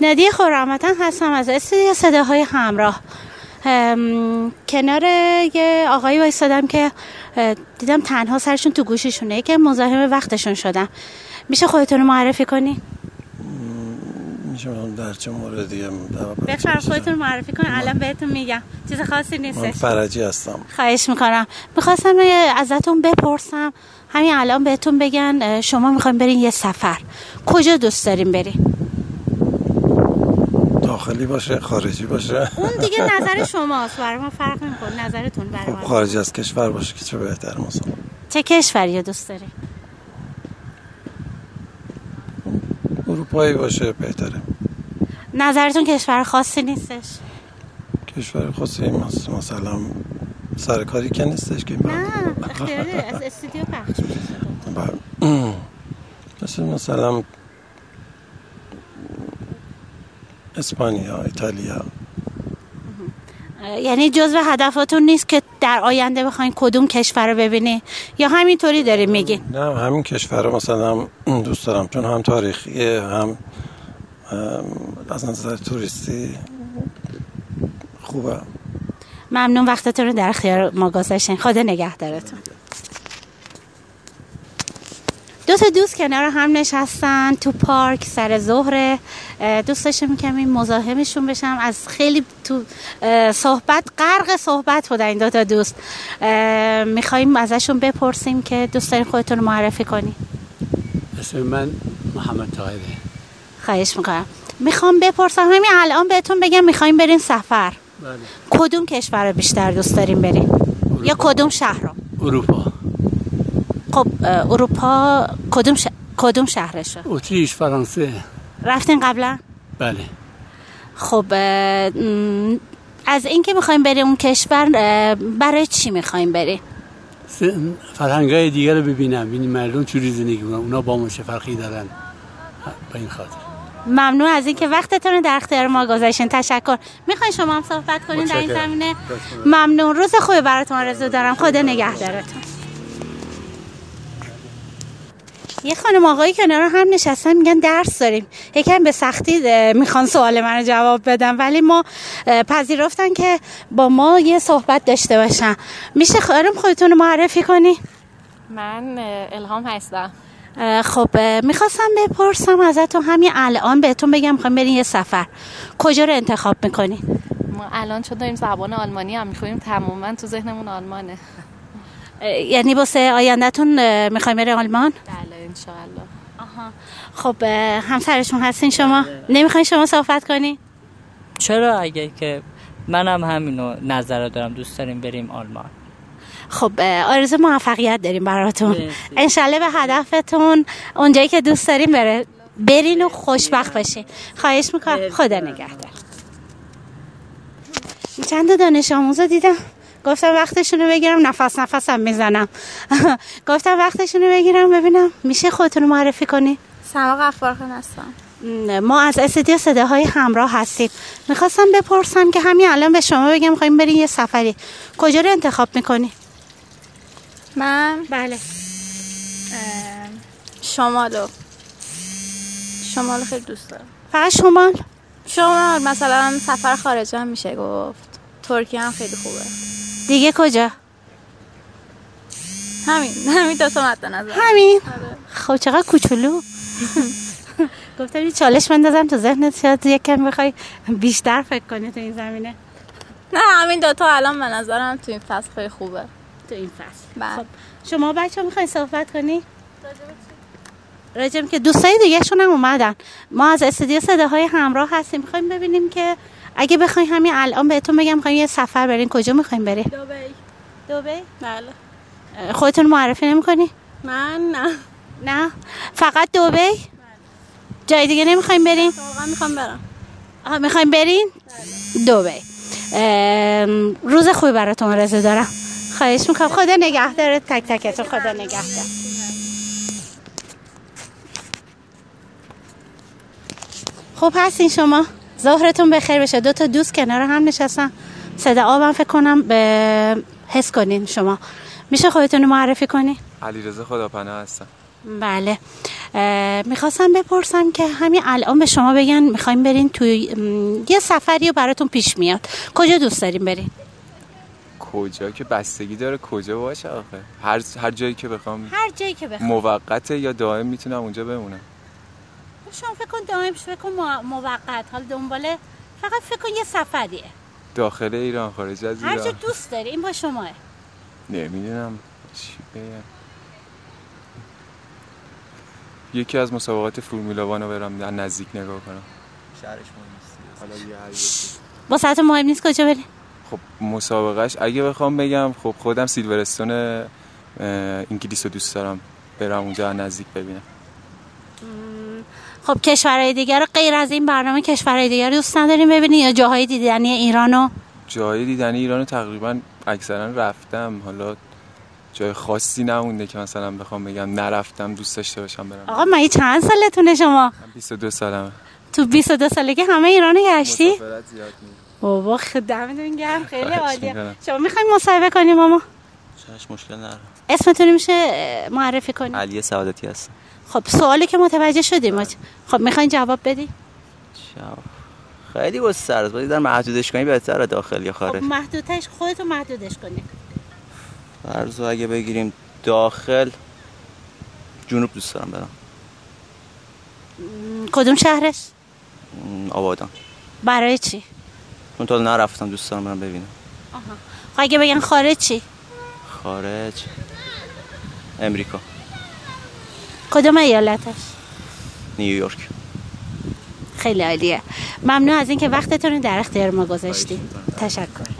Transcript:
ندیه خورامتن هستم از استودیو صداهای همراه ام، کنار یه آقایی وایستادم که اه، دیدم تنها سرشون تو گوشیشونه که مزاحم وقتشون شدم میشه خودتون رو معرفی کنی؟ میشه در چه موردیه بفرم خودتون رو معرفی کنی الان بهتون میگم چیز خاصی من نیستش فرجی هستم خواهش میکنم میخواستم ازتون بپرسم همین الان بهتون بگن اه، شما میخوایم برین یه سفر کجا دوست داریم بریم داخلی باشه خارجی باشه اون دیگه نظر شماست برای ما فرق نمیکنه نظرتون برای خب ما خارج از کشور باشه که چه بهتر مثلا چه کشوری رو دوست داریم اروپایی باشه بهتره نظرتون کشور خاصی نیستش کشور خاصی مس- مثلا سرکاری که نیستش که من- نه اختیاری از استودیو پخش میشه. و- مثل بله. مثلا اسپانیا ایتالیا اه، یعنی جزو هدفاتون نیست که در آینده بخواین کدوم کشور رو ببینی یا همینطوری داری میگی نه همین کشور رو مثلا دوست دارم چون هم تاریخیه هم ام، از نظر توریستی خوبه ممنون وقتتون رو در اختیار ما گذاشتین خدا نگهدارتون دو تا دوست کنار هم نشستن تو پارک سر ظهر اه، دوست داشتم کمی مزاحمشون بشم از خیلی تو اه، صحبت غرق صحبت بودن این دو تا دوست میخوایم ازشون بپرسیم که دوست دارین خودتون رو معرفی کنی اسم من محمد طاهره خواهش میکنم میخوام بپرسم همین الان بهتون بگم میخوایم برین سفر بله کدوم کشور رو بیشتر دوست داریم بریم یا کدوم شهر رو اروپا خب اه، اروپا کدوم ش... کدوم شهرشه اتریش فرانسه رفتین قبلا بله خب اه، م، از اینکه میخوایم بریم اون کشور اه، برای چی میخوایم بریم فرهنگ های دیگر رو ببینم این مردم چوری زندگی کنن اونا با ما چه فرقی دارن به این خاطر ممنون از اینکه وقتتون رو در اختیار ما گذاشتین تشکر میخواین شما هم صحبت کنین در این زمینه ممنون روز خوبی براتون آرزو دارم خدا نگهدارتون یه خانم آقایی کنار هم نشستن میگن درس داریم یکم به سختی اه، میخوان سوال من رو جواب بدم ولی ما اه، پذیرفتن که با ما یه صحبت داشته باشن میشه خانم خودتون رو معرفی کنی؟ من اه، الهام هستم اه، خب میخواستم بپرسم ازتون همین الان بهتون بگم میخوام برین یه سفر کجا رو انتخاب میکنین ما الان چون داریم زبان آلمانی هم میخوریم تماما تو ذهنمون آلمانه یعنی واسه آیندهتون اه، میخوایم برین آلمان بله انشاءالله خب اه، همسرشون هستین شما نمیخواین شما صحبت کنی چرا اگه که منم همینو نظر رو دارم دوست داریم بریم آلمان خب اه، آرزو موفقیت داریم براتون مرسی. انشالله به هدفتون اونجایی که دوست داریم بره برین و خوشبخت باشین خواهش میکنم خدا نگهدار چند تا دانش آموز رو دیدم گفتم وقتشون رو بگیرم نفس نفسم میزنم گفتم وقتشون رو بگیرم ببینم میشه خودتون رو معرفی کنی سما غفارخان هستم م، ما از استودیو صداهای همراه هستیم میخواستم بپرسم که همین الان به شما بگم میخوایم برین یه سفری کجا رو انتخاب میکنی من بله اه، شمالو شمالو خیلی دوست دارم فقط شمال شمال مثلا سفر خارج هم میشه گفت ترکیه هم خیلی خوبه دیگه کجا همین همین دو تا مد نظر همین خب چقدر کوچولو گفتم یه چالش بندازم تو ذهنت شاید یکم بخوای بیشتر فکر کنی تو این زمینه نه همین دوتا الان به نظرم تو این فصل خیلی خوبه تو این فصل بله. خب شما بچه میخواین صحبت کنی راجم که دوستای دیگه شون هم اومدن ما از استودیو صداهای همراه هستیم میخوایم ببینیم که اگه بخواین همین الان بهتون بگم میخوایم یه سفر برین کجا میخوایم برین دبی دبی بله خودتون معرفی نمیکنی من نه نه فقط دبی جای دیگه نمیخوایم بریم واقعا میخوام برم آها میخوایم برین دبی ام، روز خوبی براتون آرزو دارم خواهش میکنم خدا نگهدار تک تکتون خدا نگهدار خب هستین شما ظهرتون بخیر بشه دو تا دوست کنار هم نشستن صدا آبم فکر کنم به حس کنین شما میشه خودتون رو معرفی کنین علیرضا خداپناه هستم بله میخواستم بپرسم که همین الان به شما بگن میخوایم برین توی م، یه سفری رو براتون پیش میاد کجا دوست دارین برین کجا که بستگی داره کجا باشه آخه هر, هر جایی که بخوام هر جایی که بخوام موقته یا دائم میتونم اونجا بمونم شما فکر کن دائم فکر کن مو- موقت حال دنباله فقط فکر کن یه سفریه داخل ایران خارج از هر جا ایران دوست داری این با شماه نمیدونم چی بگم یکی از مسابقات فرمولا وان رو برم در نزدیک نگاه کنم با ساعت مهم نیست کجا برین خب مسابقهش اگه بخوام بگم خب خودم سیلورستون اه، انگلیس رو دوست دارم برم اونجا از نزدیک ببینم خب کشورهای دیگر رو غیر از این برنامه کشورهای دیگر رو دوست نداریم ببینین یا جاهای دیدنی ایرانو جای دیدنی ایران رو تقریبا اکثرا رفتم حالا جای خاصی نمونده که مثلا بخوام بگم نرفتم دوست داشته باشم برم آقا مگه چند سالتونه شما من 22 سالمه تو 22 سالگی همه ایرانو گشتی مسافرت زیاد می‌کنم. بابا خ- دمتون گرم خیلی خواهش عالیه می‌کنم. شما میخوایم مصاحبه کنیم ماما چش مشکل نداره اسمتون میشه اه، معرفی کنیم علی سعادتی هست خب سوالی که متوجه شدیم آره. آج. خب میخواین جواب بدی شب. خیلی واسه سرز ولی در محدودش کنی بهتره داخل یا خب آره. خارج محدودش خودتون محدودش کنید فرض رو اگه بگیریم داخل جنوب دوست دارم برم م، کدوم شهرش م، آبادان برای چی چون تا حالا نرفتم دوست دارم برم ببینم خب اگه بگن خارج چی خارج امریکا کدوم ایالتش نیویورک خیلی عالیه ممنون از اینکه وقتتون رو در اختیار ما گذاشتی تشکر